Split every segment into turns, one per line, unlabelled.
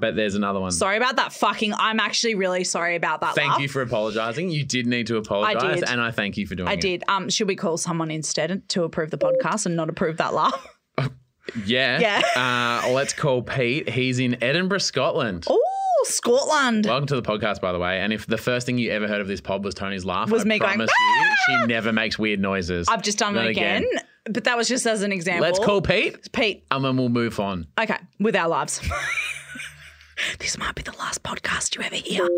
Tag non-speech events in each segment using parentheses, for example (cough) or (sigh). but there's another one.
(laughs) Sorry about that fucking. I'm actually really sorry about that.
Thank
laugh.
you for apologizing. You did need to apologize,
did.
and I thank you for doing
I
it.
did. Um, should we call someone instead to approve the podcast and not approve that laugh? (laughs)
Yeah. (laughs) uh, let's call Pete. He's in Edinburgh, Scotland.
Oh, Scotland.
Welcome to the podcast, by the way. And if the first thing you ever heard of this pod was Tony's laugh,
Was
I
me going, "Ah!"
promise you, she never makes weird noises.
I've just done
Not
it again, but that was just as an example.
Let's call Pete,
Pete.
and then we'll move on.
Okay, with our lives. (laughs) this might be the last podcast you ever hear.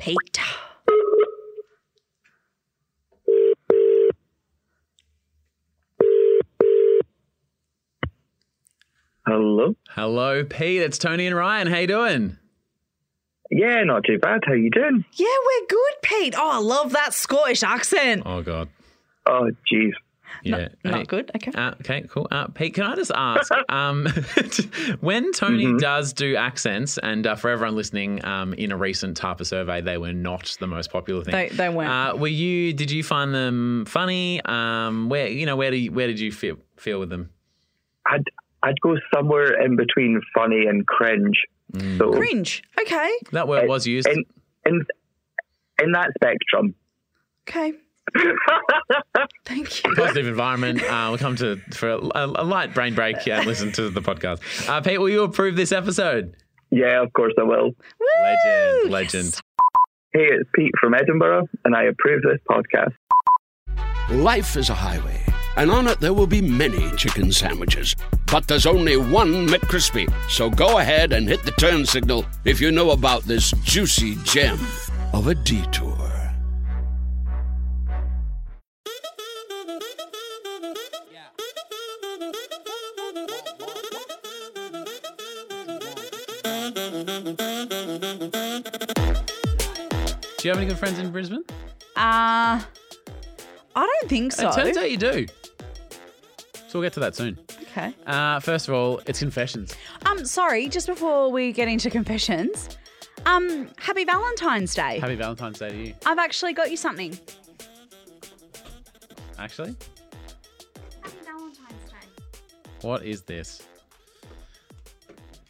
Pete.
Hello.
Hello, Pete. It's Tony and Ryan. How you doing?
Yeah, not too bad. How you doing?
Yeah, we're good, Pete. Oh, I love that Scottish accent.
Oh God.
Oh, jeez.
Yeah. Hey.
Not good. Okay.
Uh, okay, cool. Uh, Pete, can I just ask, um, (laughs) when Tony does do accents, and uh, for everyone listening, um, in a recent TARPA survey, they were not the most popular thing.
They- they weren't.
Uh, were you? Did you find them funny? Um, where you know where do you, where did you feel feel with them?
I'd I'd go somewhere in between funny and cringe. So
Cringe. Okay.
That word was used.
in in in that spectrum.
Okay. Thank you.
Positive environment. Uh, we'll come to for a, a light brain break. Yeah, and listen to the podcast. Uh, Pete, will you approve this episode?
Yeah, of course I will.
Legend,
Woo!
legend.
Yes.
Hey, it's Pete from Edinburgh, and I approve this podcast.
Life is a highway, and on it there will be many chicken sandwiches. But there's only one McCrispy. So go ahead and hit the turn signal if you know about this juicy gem of a detour.
Do you have any good friends in Brisbane?
Uh, I don't think so.
It turns out you do. So we'll get to that soon.
okay.
Uh, first of all, it's confessions.
Um, sorry, just before we get into confessions, um, happy Valentine's Day.
Happy Valentine's Day to you.
I've actually got you something.
Actually,
Happy Valentine's Day.
what is this?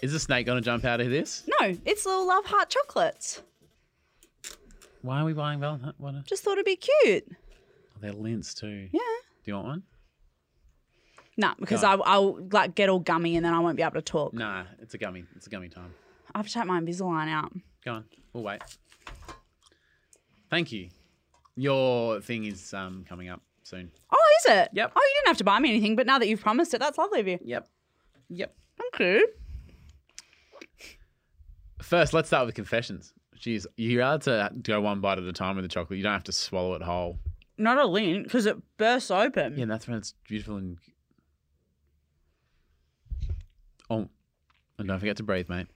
Is a snake gonna jump out of this?
No, it's little love heart chocolates.
Why are we buying Valentine? What a-
Just thought it'd be cute.
oh, they're lints too.
Yeah.
Do you want one?
No, because
No.
I, I'll like get all gummy and then I won't be able to talk.
Nah, it's a gummy. It's a gummy time.
I have to take my Invisalign out.
Go on. We'll wait. Thank you. Your thing is um, coming up soon.
Oh, is it?
Yep.
Oh, you didn't have to buy me anything, but now that you've promised it, that's lovely of you.
Yep. Yep.
Okay.
First, let's start with confessions. Jeez, you're allowed to go one bite at a time with the chocolate. You don't have to swallow it whole.
Not a lint because it bursts open.
Yeah, and that's when it's beautiful and. Oh, and don't forget to breathe, mate.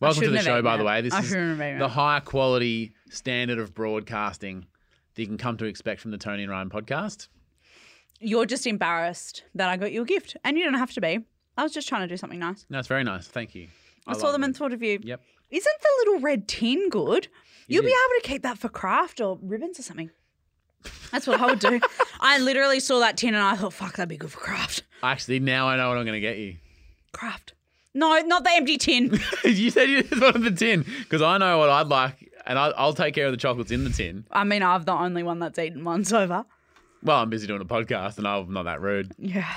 Welcome to
shouldn't
the
have
show,
eaten
by the
it.
way. This
I
is
shouldn't have eaten
the
it.
high quality standard of broadcasting that you can come to expect from the Tony and Ryan podcast.
You're just embarrassed that I got you a gift, and you don't have to be. I was just trying to do something nice.
No, it's very nice. Thank you.
I, saw
love
them
it.
and thought of you.
Yep.
Isn't the little red tin good? You'll be
is.
able to keep that for craft or ribbons or something. That's what I would (laughs) do. I literally saw that tin and I thought, fuck, that'd be good for craft.
Actually, now I know what I'm going to get you.
Craft. No, not the empty (laughs) tin.
you said you just wanted the tin because I know what I'd like, and I'll, I'll take care of the chocolates in the tin.
I mean, I'm the only one that's eaten one so far.
Well, I'm busy doing a podcast, and I'm not that rude.
Yeah.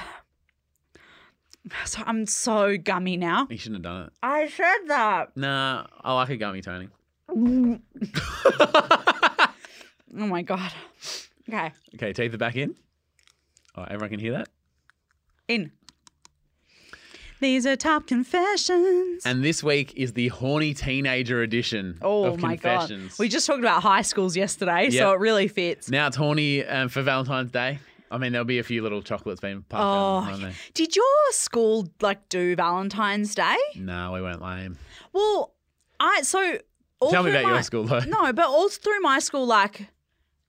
So I'm so gummy now.
You shouldn't have done it.
I said that.
Nah, I like a gummy, Tony.
Oh my god. Okay.
Okay, teeth are back in. Oh, everyone can hear that.
In. These are top confessions.
And this week is the horny teenager edition
oh
of
my god.
confessions.
We just talked about high schools yesterday,
Yeah.
so it really fits.
now it's horny um, for Valentine's Day. I mean, there'll be a few little chocolates being passed
Oh,
down. aren't there?
did your school like do Valentine's Day?
No, we weren't lame.
Well, I so all
Tell me
through
about your
my-
school, though.
No, but all through my school, like,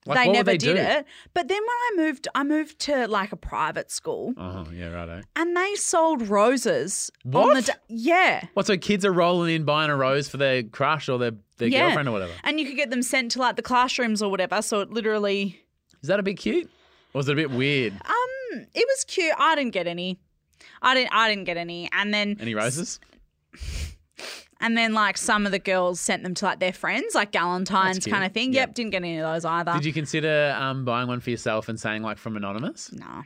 Like, what
they
would
never
they
did
do?
it. But then when I moved, I moved to like a private school,
Oh, yeah, righto.
and they sold roses on the
What?
da- yeah.
What, so kids are rolling in buying a rose for their crush or their, their
yeah.
girlfriend or whatever?
And you could get them sent to like the classrooms or whatever. So it literally,
Is that a bit cute? Or is it a bit weird?
Uh, um, it was cute. I didn't get any. I didn't. I didn't get any. And then
Any roses?
And then like some of the girls sent them to like their friends, like Galentine's
cute.
kind of thing. Yep.
Yep.
didn't get any of those either.
Did you consider um, buying one for yourself and saying like from anonymous?
No,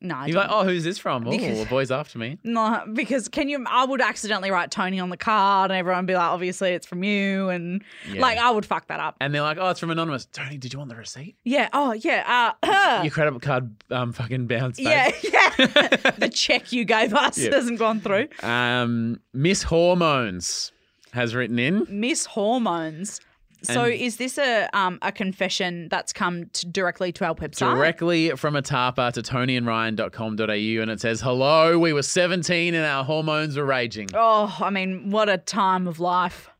no, I
You're like,
didn't.
oh, who's this
(laughs)
from? Oh,
Because-
a boy's after me.
No, because can you? I would accidentally write Tony on the card, and everyone would be like, obviously it's from you, and
Yeah.
like I would fuck that up.
And they're like, oh, it's from anonymous. Tony, did you want the receipt?
Yeah. Oh, yeah. Uh,
Your credit card um, fucking bounced.
(laughs) yeah,
babe.
yeah.
(laughs)
the check you gave us
Yeah.
hasn't gone through. (laughs)
Um, Miss Hormones has written in.
Miss Hormones. So
And-
is this a um a confession that's come to directly to our website?
Directly from a tarpa to tonyandryan.com.au and it says, Hello, we were 17 and our hormones were raging.
Oh, I mean, what a time of life.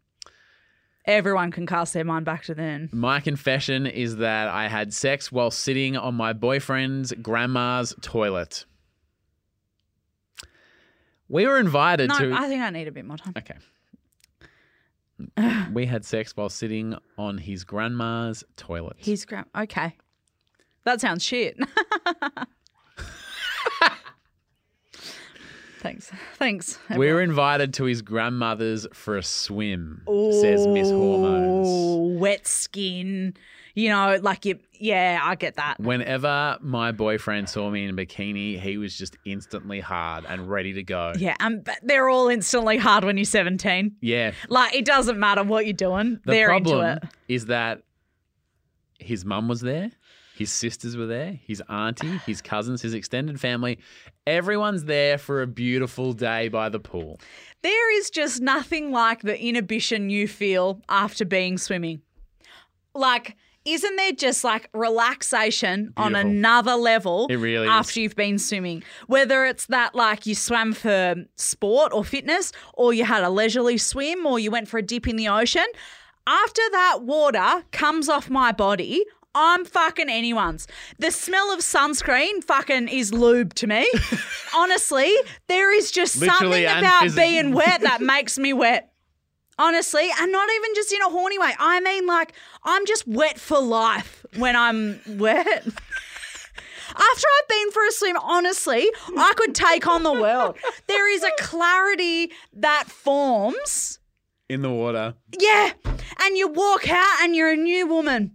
Everyone can cast their mind back to then.
My confession is that I had sex while sitting on my boyfriend's grandma's toilet. We were invited
No,
to.
I think I need a bit more time.
Okay. we had sex while sitting on his grandma's toilet.
He's gra- okay. That sounds
(laughs)
shit. Thanks. Thanks.
we were invited to his grandmother's for a swim, says Miss Hormones.
Ooh, Wet skin. You know, like you yeah, I get that.
Whenever my boyfriend saw me in a bikini, he was just instantly hard and ready to go.
Yeah, and but they're all instantly hard when you're 17.
Yeah.
Like it doesn't matter what you're doing.
The
they're
problem
into it.
is that his mum was there, his sisters were there, his auntie, his cousins, his extended family. Everyone's there for a beautiful day by the pool.
There is just nothing like the inhibition you feel after being swimming. Like isn't there just like relaxation on
Beautiful.
another level
It really is.
after you've been swimming? Whether it's that like you swam for sport or fitness, or you had a leisurely swim, or you went for a dip in the ocean, after that water comes off my body, I'm fucking anyone's. The smell of sunscreen fucking is lube
(laughs)
to me. Honestly, there is just
Literally
something
and
about
physically.
being wet
(laughs)
that makes me wet. Honestly, and not even just in a horny way. I mean, like, I'm just wet for life when I'm wet. After I've been for a swim, honestly, I could take on the world. There is a clarity that forms.
In the water.
Yeah. And you walk out and you're a new woman.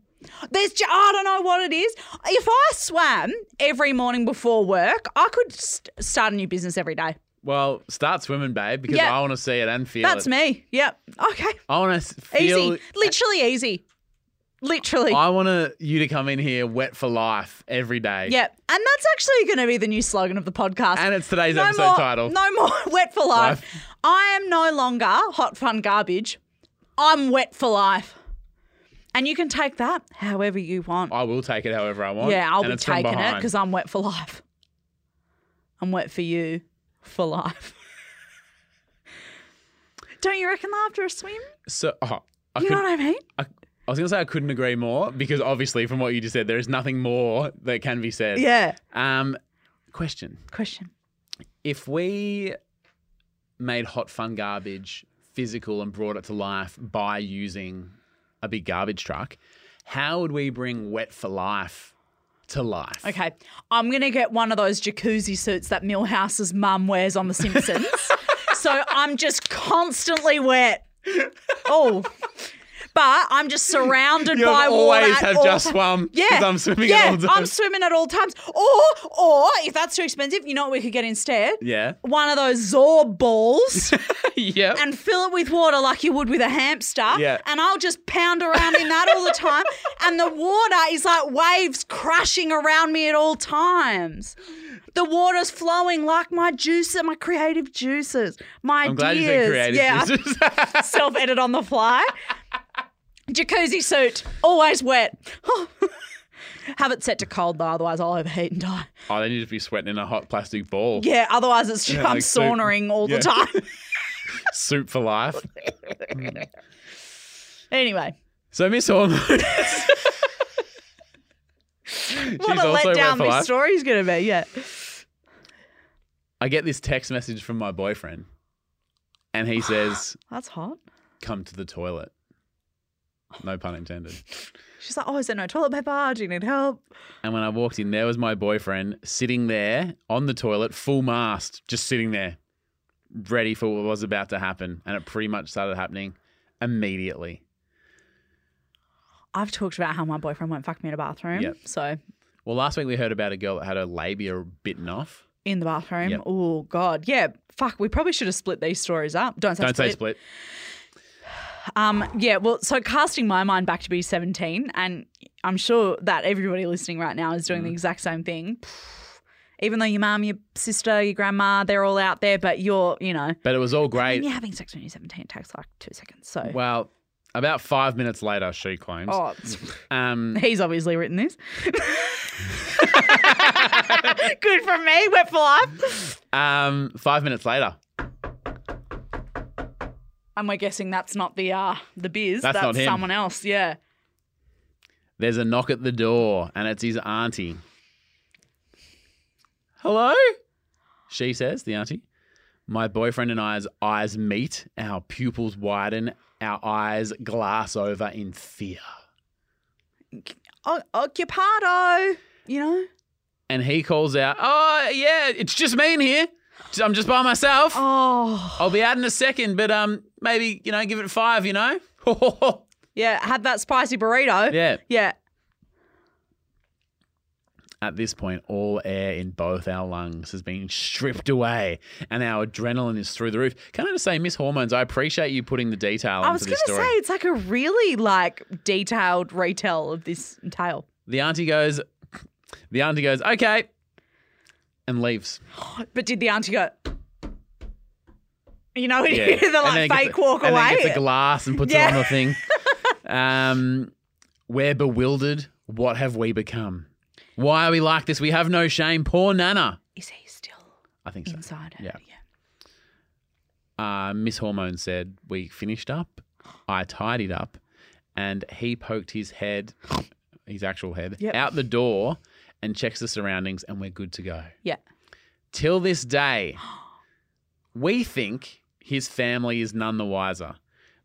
There's, ju- I don't know what it is. If I swam every morning before work, I could st- start a new business every day.
Well, start swimming, babe, because
Yeah.
I want to see it and feel
That's
it.
me. Yep. Okay.
I want to feel.
Easy. Literally easy. Literally.
I want to you to come in here wet for life every day.
Yep. And that's actually going to be the new slogan of the podcast.
And it's today's
no
episode
more,
title.
No more (laughs) wet for life.
Life.
I am no longer hot fun garbage. I'm wet for life. And you can take that however you want.
I will take it however I want.
yeah, I'll
and
be
it's from
taking it
behind.
because I'm wet for life. I'm wet for you for life. (laughs) Don't you reckon after a swim?
So, oh, I,
you
could,
know what I mean?
I, I was going to say I couldn't agree more because obviously, from what you just said, there is nothing more that can be said.
Yeah.
Um, question:
Question.
If we made hot fun garbage physical and brought it to life by using a big garbage truck, how would we bring wet for life to life?
Okay. I'm going to get one of those jacuzzi suits that Millhouse's mum wears on
(laughs)
The Simpsons. so I'm just constantly wet. Oh. But I'm just surrounded
You
by water.
always
at
have
all
just
ti-
swum.
Yeah.
'cause I'm swimming
yeah,
at all
I'm
times.
swimming at all times. Or, or if that's too expensive, you know what we could get instead? (laughs)
yeah.
One of those Zorb balls
(laughs) yep.
and fill it with water like you would with a hamster.
Yeah.
And I'll just pound around in that all the time. And the water is like waves crashing around me at all times. The water's flowing like my juices, my creative juices, my
I'm
ideas.
glad you said creative
yeah,
juices.
self edit on the fly. Jacuzzi suit, always wet. (laughs) Have it set to cold though, otherwise I'll overheat and die.
(laughs) oh, then you just be sweating in a hot plastic ball.
Yeah, otherwise it's just,
Yeah,
I'm
like soup.
saunering all
Yeah.
the time. (laughs)
Soup for life. (laughs)
anyway.
So Miss Hormones.
What
She's
a
also wet
letdown
for
this
life.
story's going to be, yeah.
I get this text message from my boyfriend, and he says,
That's hot.
"Come to the toilet." No pun intended.
She's like, oh, is there no toilet paper? Do you need help?
And when I walked in, there was my boyfriend sitting there on the toilet, full mast, just sitting there, ready for what was about to happen, and it pretty much started happening immediately.
I've talked about how my boyfriend won't fuck me in a bathroom.
Yep.
So
Well, last week we heard about a girl that had her labia bitten off.
in the bathroom.
Yep.
Oh God. Yeah. Fuck. We probably should have split these stories up. Don't say
Don't
split.
say split.
Um. Yeah. Well. So casting my mind back to be seventeen, and I'm sure that everybody listening right now is doing
Mm.
the exact same thing. (sighs) Even though your mum, your sister, your grandma, they're all out there, but you're, you know,
But it was all
when
great.
you're having sex when you're 17, it takes like two seconds. So,
Well, about five minutes later, she claims.
oh, it's-
Um,
he's obviously written this. (laughs) Good for me. Wet for life.
um, five minutes later.
And we're guessing that's not the uh the biz.
That's not him.
someone else. Yeah.
There's a knock at the door, and it's his auntie. Hello? She says, the auntie. My boyfriend and I's eyes meet, our pupils widen, our eyes glass over in fear.
O- occupado. You know.
And he calls out, Oh, yeah, it's just me in here. I'm just by myself.
Oh.
I'll be out in a second, but um, maybe, you know, give it five, you know? (laughs)
Yeah. Had that spicy burrito.
yeah.
Yeah.
At this point, all air in both our lungs has been stripped away, and our adrenaline is through the roof. Can I just say, Miss Hormones, I appreciate you putting the detail
I
into
was
this
gonna
story.
say it's like a really like detailed retell of this tale.
the auntie goes, the auntie goes, okay, and
(laughs)
leaves.
But did the auntie go? You know, (laughs) when you
Yeah.
hear the
And
like
then gets
fake
a-
walk
and
away.
then gets a glass and puts
Yeah.
it on the
(laughs)
thing. um, we're bewildered. What have we become? Why are we like this? We have no shame. Poor Nana.
Is he still
I think so.
inside? her?
Yeah. uh, Miss Hormone said, We finished up. I tidied up. And he poked his head, his actual head,
Yep.
out the door and checks the surroundings, and we're good to go.
Yeah.
Till this day, we think his family is none the wiser,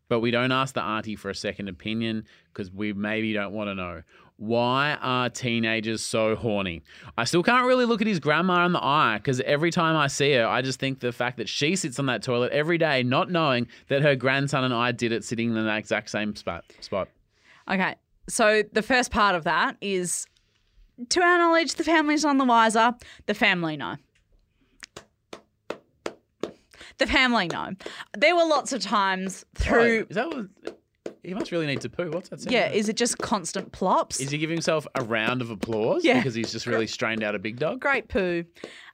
but we don't ask the auntie for a second opinion because we maybe don't want to know. Why are teenagers so horny? I still can't really look at his grandma in the eye because every time I see her, I just think the fact that she sits on that toilet every day, not knowing that her grandson and I did it sitting in that exact same spot. spot.
Okay. So the first part of that is to our knowledge, the family's none the wiser. The family know. The family know. There were lots of times through.
Oh, is that what? He must really need to poo. What's that? sound?
Yeah, is it just constant plops?
Is he giving himself a round of applause?
Yeah.
Because he's just really strained out a big dog.
Great poo.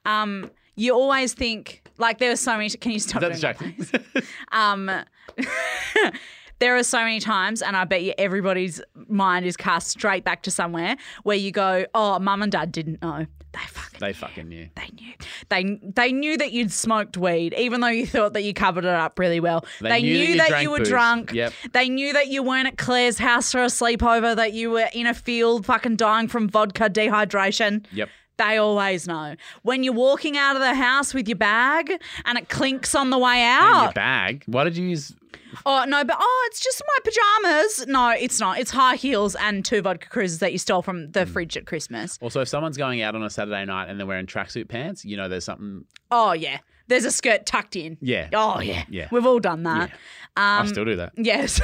Um, you always think like there were so many. Can you stop?
Is that
doing that,
distracting?
please? Um, there are so many times, and I bet you everybody's mind is cast straight back to somewhere where you go, "Oh, mum and dad didn't know. They fucking
they fucking knew.
they knew. They they knew that you'd smoked weed, even though you thought that you covered it up really well. They,
knew that you
that,
drank
you were
booze.
drunk.
Yep.
They knew that you weren't at Claire's house for a sleepover, that you were in a field fucking dying from vodka dehydration.
Yep.
They always know. When you're walking out of the house with your bag and it clinks on the way
In your
out.
bag. Why did you use?
Oh, no, but oh, it's just my pajamas. No, it's not. It's high heels and two vodka cruises that you stole from
Mm.
the fridge at Christmas.
Also, if someone's going out on a Saturday night and they're wearing tracksuit pants, you know there's something.
Oh, yeah. There's a skirt tucked in.
Yeah.
Oh, yeah.
Yeah.
We've all done that.
I
Um,
still do
(laughs)
that.
Yes.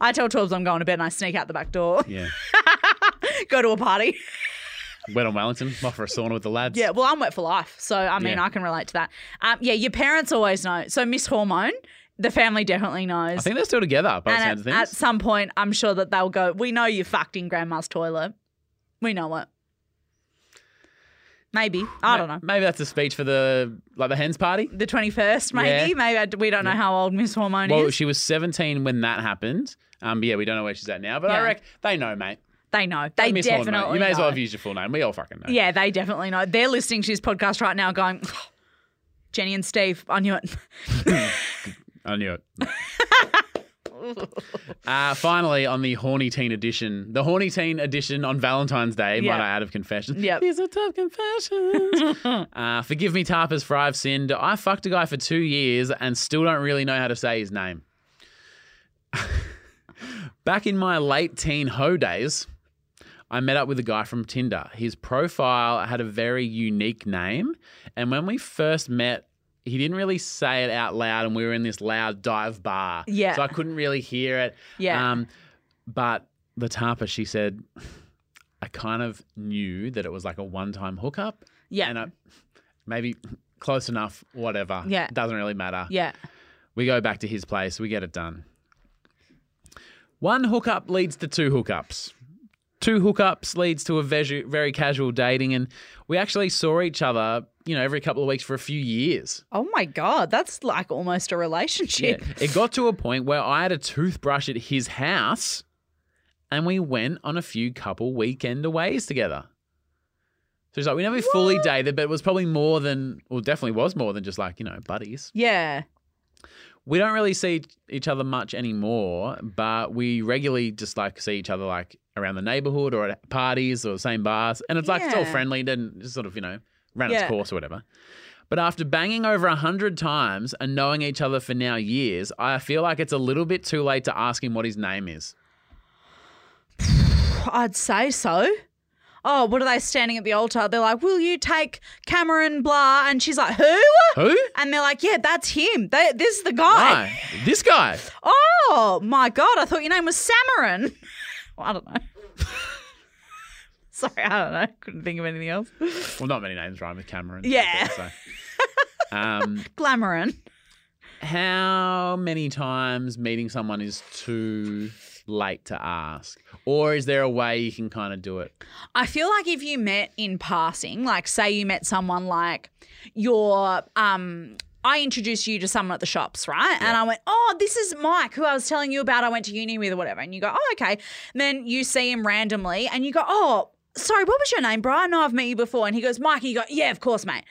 I tell Torbs I'm going to bed and I sneak out the back door, (laughs)
Yeah.
go to a party. (laughs)
Went on Wellington, off for a sauna with the lads.
Yeah, well, I'm wet for life. So, I mean,
Yeah.
I can relate to that. Um, yeah, your parents always know. So, Miss Hormone, the family definitely knows.
I think they're still together by the sound of
and at, at
things.
some point, I'm sure that they'll go, We know you fucked in grandma's toilet. We know it. Maybe. I don't know.
Maybe that's a speech for the like the hens party.
The 21st, maybe.
Yeah.
Maybe I d we don't know how old Miss Hormone
Well,
is.
she was 17 when that happened. Um, but yeah, we don't know where she's at now. But
Yeah.
I reckon they know, mate.
they know. They
Miss Horn, mate.
definitely
You may as well
know.
have used your full name. We all fucking know.
Yeah, they definitely know. They're listening to this podcast right now going, (sighs) Jenny and Steve, I knew it. (laughs)
I knew it. uh, finally, on the Horny Teen edition, the Horny Teen edition on Valentine's Day,
Yeah.
might I add of confession.
Yep.
These are tough
(laughs)
confessions. uh, forgive me, Tarpers, for I've sinned. I fucked a guy for two years and still don't really know how to say his name. (laughs) Back in my late teen ho days, I met up with a guy from Tinder. His profile had a very unique name And when we first met, he didn't really say it out loud, and we were in this loud dive bar.
Yeah.
So I couldn't really hear it.
Yeah.
Um, but the tapa, she said, I kind of knew that it was like a one-time hookup.
Yeah.
And I, maybe close enough, whatever.
Yeah.
Doesn't really matter.
yeah.
We go back to his place. We get it done. One hookup leads to two hookups. Two hookups leads to a vesu- very casual dating, and we actually saw each other, you know, every couple of weeks for a few years.
Oh my God. That's like almost a relationship.
It got to a point where I had a toothbrush at his house, and we went on a few couple weekend aways together. So it's like we never fully dated, but it was probably more than, well, definitely was more than just like you know buddies.
Yeah.
we don't really see each other much anymore, but we regularly just like see each other like around the neighborhood or at parties or the same bars. And it's like it's all
Yeah.
friendly, didn't just sort of, you know, ran
Yeah.
its course or whatever. But after banging over a hundred times and knowing each other for now years, I feel like it's a little bit too late to ask him what his name is.
I'd say so. Oh, what are they standing at the altar? They're like, will you take Cameron, blah? And she's like, who?
Who?
And they're like, yeah, that's him. They, this is the guy.
Why? This guy.
Oh, my God. I thought your name was Samarin. (laughs) well, I don't know. (laughs) Sorry, I don't know. Couldn't think of anything else.
Well, not many names rhyme with Cameron.
Yeah.
So.
(laughs)
Um,
Glamorin.
how many times meeting someone is too late to ask or is there a way you can kind of do it
I feel like if you met in passing, like say you met someone like your um I introduced you to someone at the shops, right? And I went, "Oh, this is Mike, who I was telling you about. I went to uni with, or whatever." And you go, "Oh, okay." And then you see him randomly, and you go, "Oh, sorry, what was your name, Brian? No, I've met you before." And he goes, "Mike." And you go, "Yeah, of course, mate."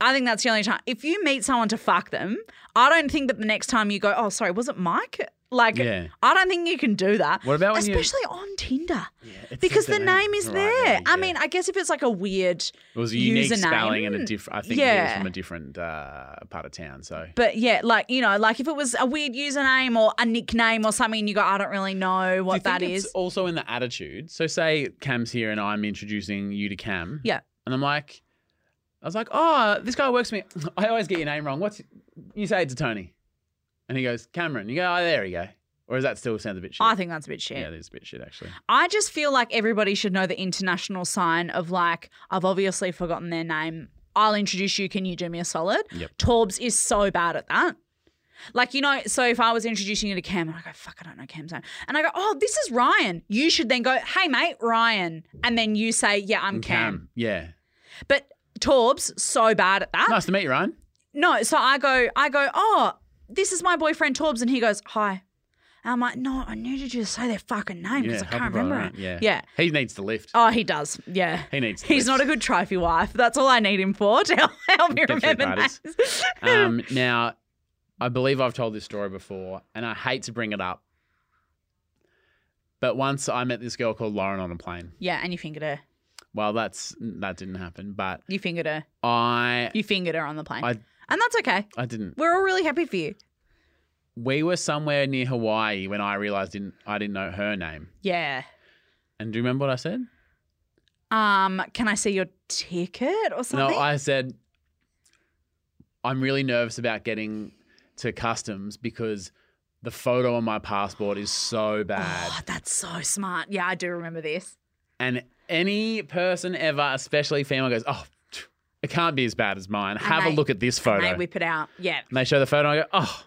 I think that's the only time. If you meet someone to fuck them, I don't think that the next time you go, "Oh, sorry, was it Mike?" Like,
Yeah.
I don't think you can do that.
What about when you-
especially on Tinder?
it's
because
the
the
name.
name is
Right,
there.
yeah, yeah.
I mean, I guess if it's like a weird
it was a unique
username,
spelling and a different i think he was
yeah.
from a different uh, part of town so
But yeah, like you know, like if it was a weird username or a nickname or something, you go, I don't really know
Do you
what
think
that
it's
is.
also in the attitude so say cam's here and i'm introducing you to cam
Yeah.
and i'm like i was like oh this guy works for me (laughs) i always get your name wrong what's you say it to tony and he goes cameron you go oh there you go or is that still sounds a bit shit
I think that's a bit shit.
yeah it is a bit shit actually
I just feel like everybody should know the international sign of like, I've obviously forgotten their name. I'll introduce you. Can you do me a solid?
Yep.
Torbs is so bad at that. Like, you know, so if I was introducing you to Cam and I go, fuck, I don't know Cam's name. And I go, oh, this is Ryan. You should then go, hey, mate, Ryan. And then you say, yeah, I'm Cam.
yeah
But Torbs, so bad at that.
nice to meet you ryan
No, so I go, I go, oh, this is my boyfriend Torbs, and he goes, hi. And I'm like, no, I needed you to say their fucking name because I
help
can't
a brother
remember
out,
it.
Yeah.
Yeah.
He needs to lift.
Oh, he does. Yeah.
He needs to
He's
lift.
not a good trophy wife. That's all I need him for (laughs) to help, help me
Get through
remember
parties.
names.
Um, now, I believe I've told this story before, and I hate to bring it up. But once I met this girl called Lauren on a plane.
(laughs) yeah, and you fingered her.
Well, that's that didn't happen, but
You fingered her.
I
You fingered her on the plane.
I-
and that's okay.
I didn't.
We're all really happy for you.
We were somewhere near Hawaii when I realized didn't I didn't know her name.
Yeah.
And do you remember what I said?
Um, can I see your ticket or something?
No, I said I'm really nervous about getting to customs because the photo on my passport is so bad.
oh, that's so smart. Yeah, I do remember this.
And any person ever, especially female, goes, "Oh, phew, it can't be as bad as mine. Have a
they-
look at this photo."
And they whip it out. Yeah.
And they show the photo, and I go, "Oh,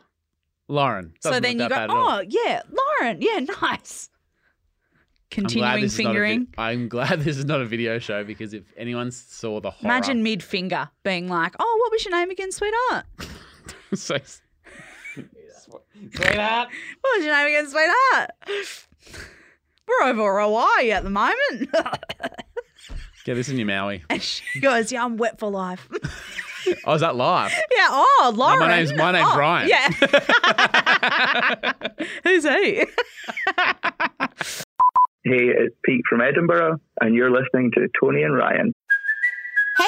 Lauren."
So
doesn't
then you
look that
go,
bad at all."
oh, yeah, Lauren, yeah, (laughs) nice.
I'm glad
Continuing
this is not a vid-
fingering.
I'm glad (laughs) this is not a video show because if anyone saw the horror,
Imagine mid finger being like, oh, what was your name again, sweetheart?
(laughs) so,
What was your name again, sweetheart? (laughs) We're over Hawaii at the moment. (laughs)
get this in your Maui.
and she goes, yeah, I'm wet for life. (laughs)
Oh, is that live?
yeah, oh, Lauren.
name's- my name's
oh,
Ryan. (laughs)
Yeah. (laughs) Who's he?
Hey, it's Pete from Edinburgh, and you're listening to Tony and Ryan.
Hey,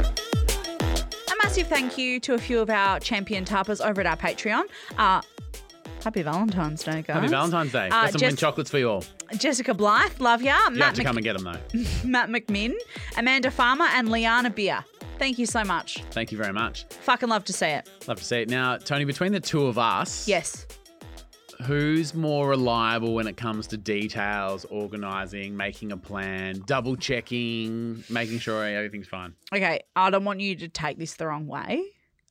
A massive thank you to a few of our champion tarpers over at our Patreon. Uh, happy Valentine's Day, guys.
Happy Valentine's Day.
Uh,
Got some win
Jess-
chocolates for you all.
Jessica Blythe, love ya.
You have
Matt,
to come
Mc-
and get them though.
Matt McMinn, Amanda Farmer, and Liana Beer. Thank you so much.
Thank you very much.
Fucking love to see it.
Love to see it. Now, Tony, between the two of us,
Yes.
who's more reliable when it comes to details, organizing, making a plan, double checking, making sure everything's fine?
Okay, I don't want you to take this the wrong way,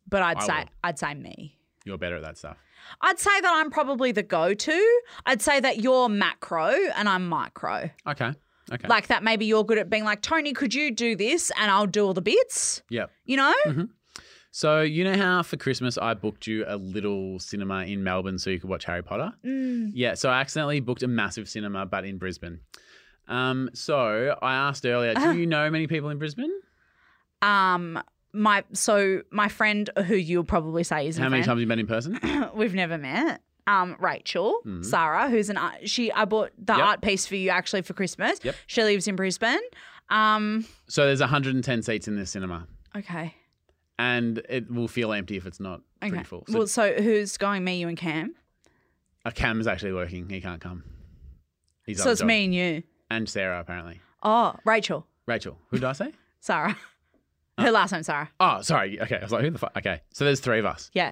but I'd
I
say
will.
I'd say me.
You're better at that stuff.
I'd say that I'm probably the go-to. I'd say that you're macro and I'm micro.
Okay. Okay.
Like that maybe you're good at being like, Tony, could you do this? And I'll do all the bits.
yep.
You know?
So you know how for Christmas I booked you a little cinema in Melbourne so you could watch Harry Potter?
Mm.
Yeah, so I accidentally booked a massive cinema but in Brisbane. Um, so I asked earlier,
Ah.
do you know many people in Brisbane?
Um my so my friend who you'll probably say is
How many times have
friend,
you met in person?
we've never met. Um, Rachel, Sarah, who's an art, she I bought the
Yep.
art piece for you actually for Christmas.
Yep.
She lives in Brisbane. Um,
so there's 110 seats in this cinema.
okay.
And it will feel empty if it's not
Okay.
pretty full. So
well, so who's going? Me, you, and Cam.
uh, Cam's actually working. He can't come. He's
So it's me and you.
And Sarah, apparently.
Oh, Rachel,
Rachel. Who did I
(laughs)
say?
Sarah. Her last name, Sarah.
Oh, sorry. Okay. I was like, who the fuck? Okay. So there's three of us.
Yeah.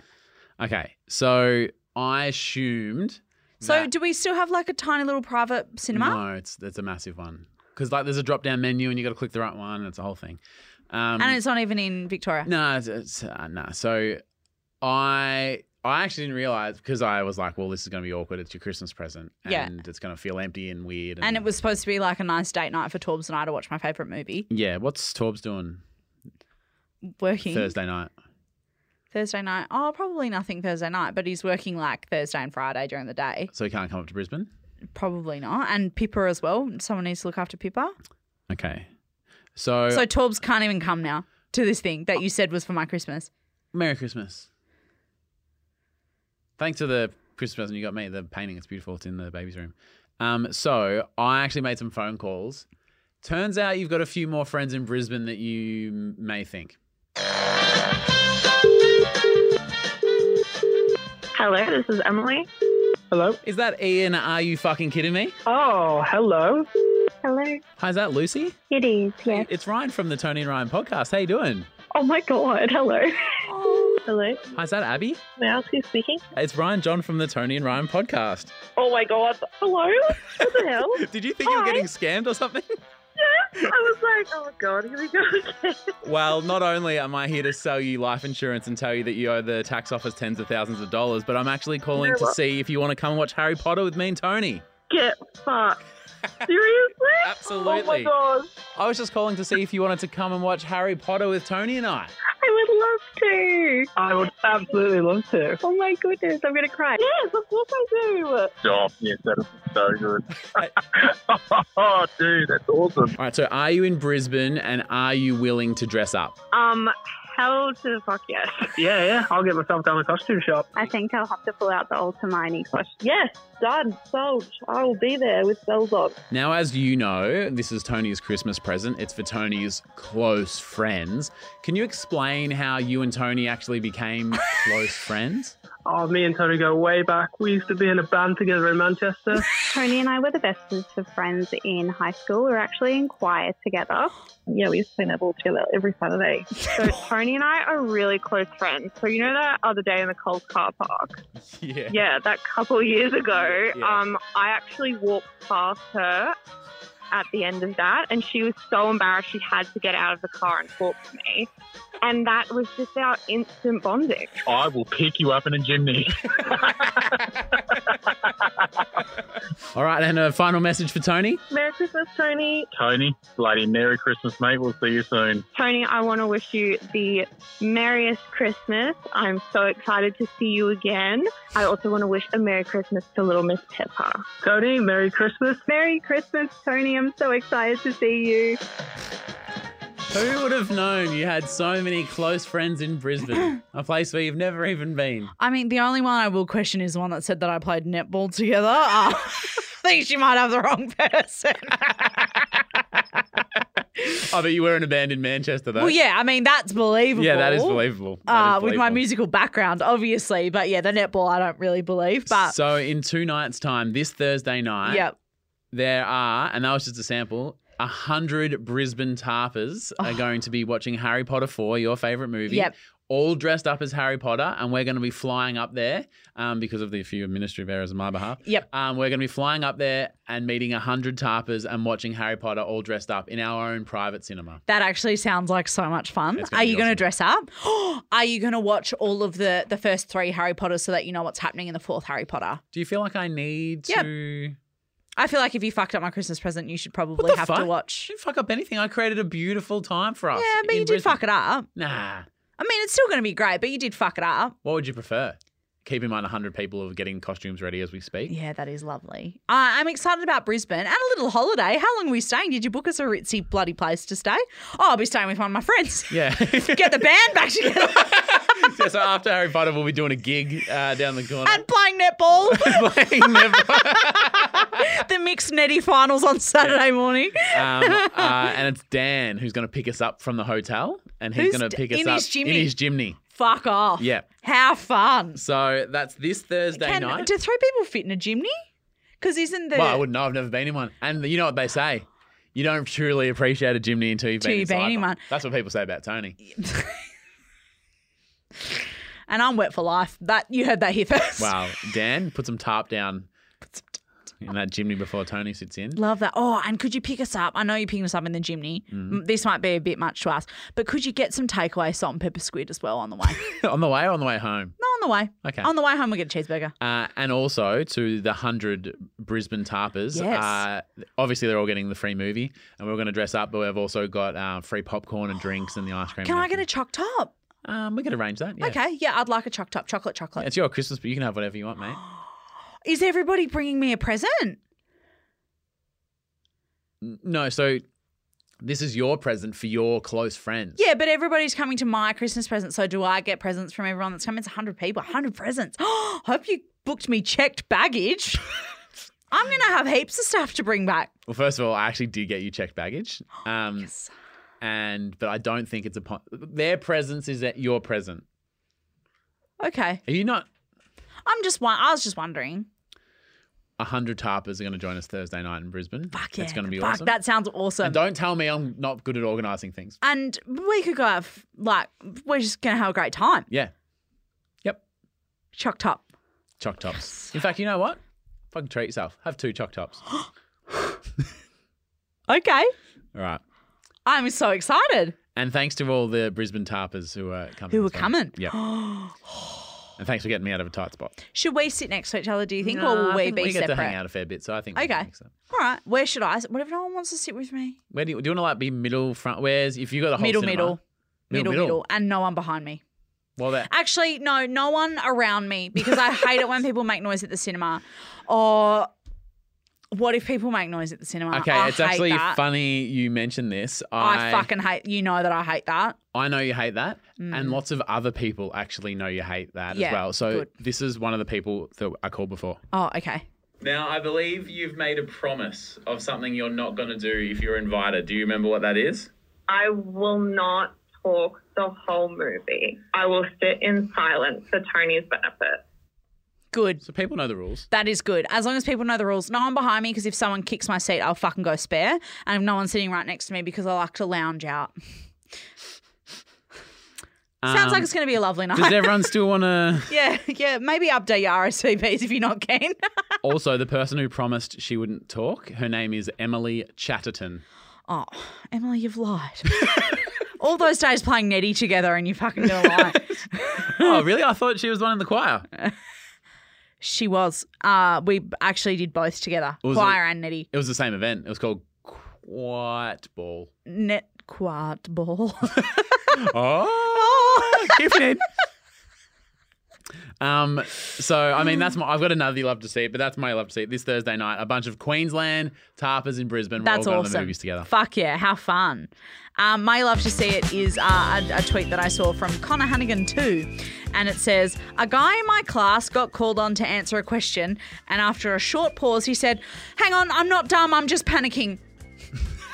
Okay. So I assumed
So
that-
do we still have like a tiny little private cinema?
No, it's it's a massive one because like there's a drop down menu and you got to click the right one. and It's a whole thing. Um,
And it's not even in Victoria.
no, it's, it's uh, no. So I I actually didn't realize because I was like, well, this is going to be awkward. It's your Christmas present, and
Yeah.
it's going to feel empty and weird. And,
And it was supposed to be like a nice date night for Torbs and I to watch my favourite movie.
yeah. What's Torb's doing
Working
Thursday night?
Thursday night. Oh, probably nothing Thursday night, but he's working like Thursday and Friday during the day.
So he can't come up to Brisbane.
Probably not. And Pippa as well. Someone needs to look after Pippa.
Okay. So,
So Torbs can't even come now to this thing that you said was for my Christmas.
Merry Christmas. Thanks for the Christmas present you got me. The painting it's beautiful. It's in the baby's room. Um, so I actually made some phone calls. Turns out you've got a few more friends in Brisbane that you m- may think.
Hello, this is Emily. Hello.
Is that Ian? Are you fucking kidding me?
Oh, hello.
Hello.
Hi, is that Lucy?
It is, yes.
It's Ryan from the Tony and Ryan podcast. How you doing?
Oh my God. Hello. Hello.
Hi, is that Abby?
May I ask who's speaking?
It's Ryan John from the Tony and Ryan podcast.
Oh my God. Hello. What the hell?
(laughs) Did you think you were
Hi.
getting scammed
(laughs)
or something?
I was like, oh God, here we go again. (laughs)
Well, not only am I here to sell you life insurance and tell you that you owe the tax office tens of thousands of dollars, but I'm actually calling to see if you want to come and watch Harry Potter with me and Tony.
Get fucked. Seriously? Oh my
(laughs) Absolutely.
God.
I was just calling to see if you wanted to come and watch Harry Potter with Tony and I.
I would love to. I would absolutely love to. Oh my goodness, I'm going to cry. Yes, of course I do.
job. Yes, that is so good. oh, (laughs) dude, that's awesome.
All right, so are you in Brisbane and are you willing to dress up?
Um, hell to the fuck yes.
Yeah, yeah. I'll get myself down the costume shop.
I think I'll have to pull out the old Hermione question.
Yes, done, sold. I will be there with bells on.
Now, as you know, this is Tony's Christmas present. It's for Tony's close friends. Can you explain how you and Tony actually (laughs) became close friends?
Oh, me and Tony go way back. We used to be in a band together in Manchester.
Tony and I were the bestest of friends in high school. We were actually in choir together.
Yeah, we used to play netball together every Saturday.
So Tony and I are really close friends. So you know that other day in the Coles car park?
Yeah.
Yeah, that couple years ago.
Yeah.
Um, I actually walked past her at the end of that, and she was so embarrassed she had to get out of the car and talk to me. And that was just our instant bonding.
I will pick you up in a chimney.
(laughs) All right, and a final message for Tony.
Merry Christmas, Tony.
Tony, bloody Merry Christmas, mate. We'll see you soon.
Tony, I want to wish you the merriest Christmas. I'm so excited to see you again. I also want to wish a Merry Christmas to little Miss Pepper.
Tony, Merry Christmas.
Merry Christmas, Tony. I'm so excited to see you.
Who would have known you had so many close friends in Brisbane, a place where you've never even been?
I mean, the only one I will question is the one that said that I played netball together. (laughs) Uh, I think she might have the wrong person.
I bet you were in a band in Manchester, though.
well, yeah, I mean, that's believable.
Yeah, that is believable. That
uh,
is
With my
believable.
musical background, obviously. But yeah, the netball, I don't really believe. But
So, in two nights' time, this Thursday night,
yeah,
there are, and that was just a sample, a hundred Brisbane tarpers are going to be watching Harry Potter 4, your favourite movie.
Oh. Yep.
All dressed up as Harry Potter, and we're going to be flying up there um, because of the few Ministry of Errors on my behalf.
Yep.
Um, we're going to be flying up there and meeting 100 tarpers and watching Harry Potter all dressed up in our own private cinema.
that actually sounds like so much fun.
It's gonna
Are
be
you going to
awesome.
dress up? (gasps) Are you going to watch all of the, the first three Harry Potters so that you know what's happening in the fourth Harry Potter?
Do you feel like I need
Yep.
to.
I feel like if you fucked up my Christmas present, you should
What
probably
the
have to
fuck?
watch.
You didn't fuck up anything. I created a beautiful time for us.
Yeah, but
in
you did
Brisbane.
fuck it up.
Nah.
I mean, it's still going to be great, but you did fuck it up.
What would you prefer? Keep in mind, 100 people are getting costumes ready as we speak.
Yeah, that is lovely. Uh, I'm excited about Brisbane and a little holiday. How long are we staying? Did you book us a ritzy bloody place to stay? Oh, I'll be staying with one of my friends. (laughs)
Yeah. (laughs)
Get the band back together
Yeah, so after Harry Potter, we'll be doing a gig uh, down the corner.
and playing netball. (laughs)
Playing Never-
the mixed netty finals on Saturday morning.
(laughs) um, uh, and it's Dan who's going to pick us up from the hotel, and he's
Who's
going to
d-
pick us
in
up
his
in
chimney?
his chimney.
Fuck off.
Yeah.
How fun.
So that's this Thursday
Can,
night.
do three people fit in a chimney? Because isn't the
well, I wouldn't know. I've never been in one. And you know what they say: you don't truly appreciate a chimney until you've
Till
been
you've been
inside
in one.
That's what people say about Tony.
and I'm wet for life. That you heard that here first. (laughs)
Wow, Dan, put some tarp down in that chimney before Tony sits in.
Love that. Oh, and could you pick us up? I know you're picking us up in the chimney.
Mm-hmm.
Mm, This might be a bit much to ask, but could you get some takeaway salt and pepper squid as well
(laughs)
on the way? no,
on the way or on the way home.
on the way.
Okay.
On the way home, we'll get a cheeseburger.
Uh, and also to the 100 Brisbane Tarpers.
Yes.
Uh, obviously, they're all getting the free movie, and we're going to dress up, but we've also got uh, free popcorn and drinks and the ice cream.
Can
and
I get a choc top?
everything. Um, we can arrange that. Yeah.
Okay. Yeah, I'd like a choc top. Chocolate, chocolate.
It's your Christmas, but you can have whatever you want, mate.
Is everybody bringing me a present?
N- No, so this is your present for your close friends.
Yeah, but everybody's coming to my Christmas present. So do I get presents from everyone that's coming? It's 100 people, 100 presents. (gasps) Hope you booked me checked (laughs) baggage. I'm going to have heaps of stuff to bring back.
Well, first of all, I actually did get you checked
(gasps)
baggage. Um,
Oh, Yes.
And but I don't think it's upon their presence is at your present.
Okay.
Are you not?
I'm just one. I was just wondering.
A hundred tarpers are going to join us Thursday night in Brisbane.
Fuck yeah.
It's going to be
Fuck,
awesome.
That Uh, sounds awesome.
And don't tell me I'm not good at organising things.
And, we could go have, like, we're just going to have a great time.
Yeah. Yep.
Choc top.
Choc tops. In fact, you know what? Fucking treat yourself. Have two choc
(gasps)
tops. All
Okay.
right.
I'm so excited.
And thanks to all the Brisbane tarpers who are coming.
Who
as
are
well.
coming?
Yeah.
(gasps)
and thanks for getting me out of a tight spot.
Should we sit next to each other, do you think?
Nah,
or will
I
we
think
be
we get
separate?
to hang out a fair bit, so I think. we
Okay.
can mix it up.
All right. Where should I? What if no one wants to sit with me?
Where do you, do you want to like be middle front? Where's if you got the whole
middle,
cinema-
middle, middle,
middle.
middle, and no one behind me.
Well, that
Actually, no, no one around me because I
(laughs)
hate it when people make noise at the cinema. Or what if people make noise at the cinema?
okay.
I
it's
Ah, hate
actually
that.
funny you mentioned this.
I
I
fucking hate. You know that I hate that.
I know you hate that, and
Mm.
lots of other people actually know you hate that
Yeah,
as well. So
good.
this is one of the people that I called before.
Oh, okay.
Now, I believe you've made a promise of something you're not going to do if you're invited. Do you remember what that is?
I will not talk the whole movie. I will sit in silence for Tony's benefit.
Good.
So people know the rules.
That is good. As long as people know the rules. No one behind me because if someone kicks my seat, I'll fucking go spare. And if no one's sitting right next to me because I like to lounge out. Sounds like it's going to be a lovely night.
Um,
(laughs)
Does everyone still want to?
yeah, (laughs) yeah. Maybe update your RSVPs if you're not keen. (laughs)
Also, the person who promised she wouldn't talk, her name is Emily
(laughs)
Chatterton.
oh, Emily, you've lied. All those days playing Nettie together and you fucking gonna lie.
Oh, really? I thought she was one in the choir.
she was. Uh, we actually did both together,
Was
choir and Nettie.
It was the same event. It was called Quiet Ball.
Net quart ball. (laughs)
Oh, gifted. Um, so I mean that's my I've got another you love to see, but that's my love to see. This Thursday night, a bunch of Queensland tarpers in Brisbane.
That's
We're all going to the
awesome.
movies together.
Fuck yeah, how fun. Um, my love to see it is uh, a, a tweet that I saw from Connor Hannigan too. And it says, A guy in my class got called on to answer a question. And after a short pause, he said, Hang on, I'm not dumb, I'm just panicking.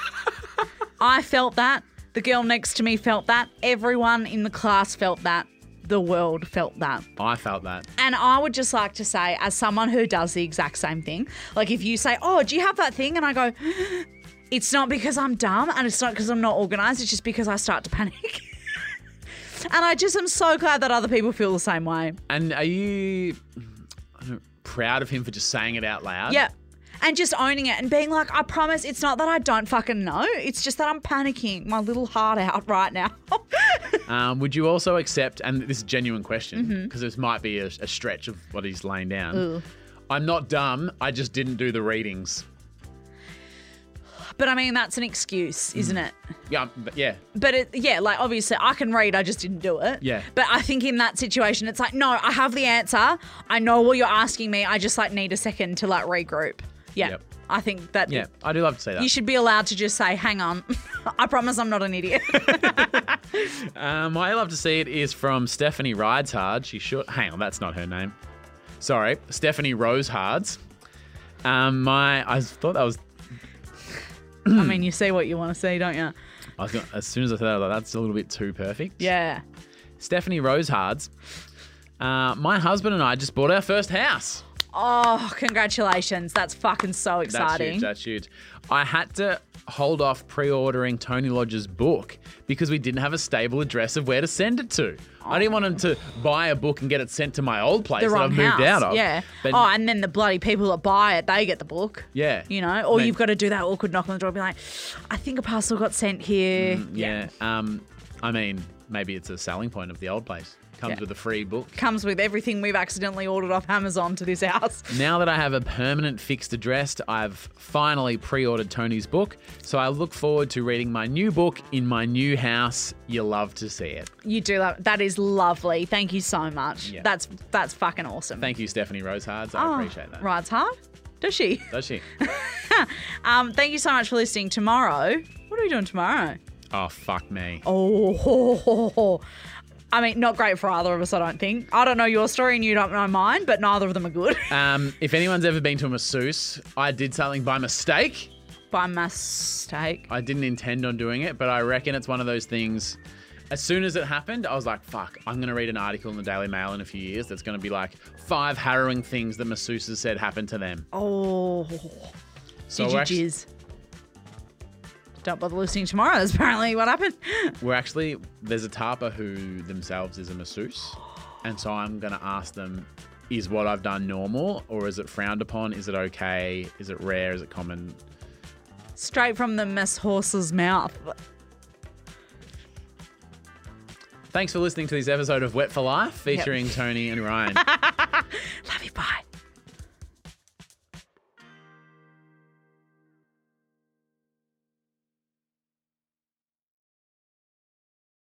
(laughs) I felt that. The girl next to me felt that. Everyone in the class felt that. The world felt that.
I felt that.
And I would just like to say, as someone who does the exact same thing, like if you say, Oh, do you have that thing? And I go, (gasps) It's not because I'm dumb and it's not because I'm not organized. It's just because I start to panic. (laughs) and I just am so glad that other people feel the same way.
And are you I don't, proud of him for just saying it out loud?
Yeah. And just owning it and being like, I promise it's not that I don't fucking know. It's just that I'm panicking my little heart out (laughs) right now.
Um, would you also accept, and this is a genuine
Mm-hmm.
question, because this might be a, a stretch of what he's laying down. I'm not dumb. I just didn't do the readings.
but I mean, that's an excuse, isn't it?
Yeah, I'm- but yeah.
But it, yeah, like obviously I can read, I just didn't do it.
Yeah.
But I think in that situation, it's like, no, I have the answer. I know what you're asking me. I just like need a second to like regroup. Yeah.
Yep.
I think that
Yeah, I do love to say that.
you should be allowed to just say, hang on, (laughs) I promise I'm not an idiot. (laughs)
Um, I love to see it is from Stephanie Rides Hard. She should. Hang on, that's not her name. Sorry, Stephanie Rose Hards. Um, my, I thought that was.
I mean, you see what you want to see, don't you?
I was gonna, as soon as I said that, I was like, that's a little bit too perfect.
Yeah.
Stephanie Rose Hards. Uh, my husband and I just bought our first house.
Oh, congratulations. That's fucking so
That's
exciting.
huge. That's huge. I had to hold off pre-ordering Tony Lodge's book because we didn't have a stable address of where to send it to. I didn't want him to buy a book and get it sent to my old place
the
that
wrong
I've moved
house.
out of.
Yeah.
But
oh, and then the bloody people that buy it, they get the book.
yeah,
You know, or
Man,
you've got to do that awkward knock on the door and be like, I think a parcel got sent here.
Mm, yeah. Um, I mean, maybe it's a selling point of the old place. Comes
Yeah.
with a free book.
comes with everything we've accidentally ordered off Amazon to this house.
Now that I have a permanent fixed address, I've finally pre-ordered Tony's book, so I look forward to reading my new book in my new house. You love to see it.
You do that. That is lovely. Thank you so much.
Yeah.
That's that's fucking awesome.
Thank you, Stephanie Rosehards.
Ah,
I appreciate that.
Rides hard, does she?
Does
(laughs)
she?
Um, thank you so much for listening. Tomorrow, what are we doing tomorrow? (laughs)
Oh fuck me.
Oh, ho, ho, ho. I mean, not great for either of us. I don't think. I don't know your story and you don't know mine, but neither of them
(laughs)
are good.
Um, if anyone's ever been to a masseuse, I did something by mistake.
By mistake.
I didn't intend on doing it, but I reckon it's one of those things. As soon as it happened, I was like, fuck, I'm going to read an article in the Daily Mail in a few years that's going to be like five harrowing things that masseuses said happened to them.
Oh,
So
did
we're,
you
actually,
jizz? Don't bother listening tomorrow. That's apparently what happened. (laughs)
we're actually, there's a tarpa who themselves is a masseuse. And so I'm going to ask them, is what I've done normal or is it frowned upon? Is it okay? Is it rare? Is it common?
Straight from the mess horse's mouth. (laughs)
Thanks for listening to this episode of Wet for Life featuring Tony and Ryan.
Love you. Bye.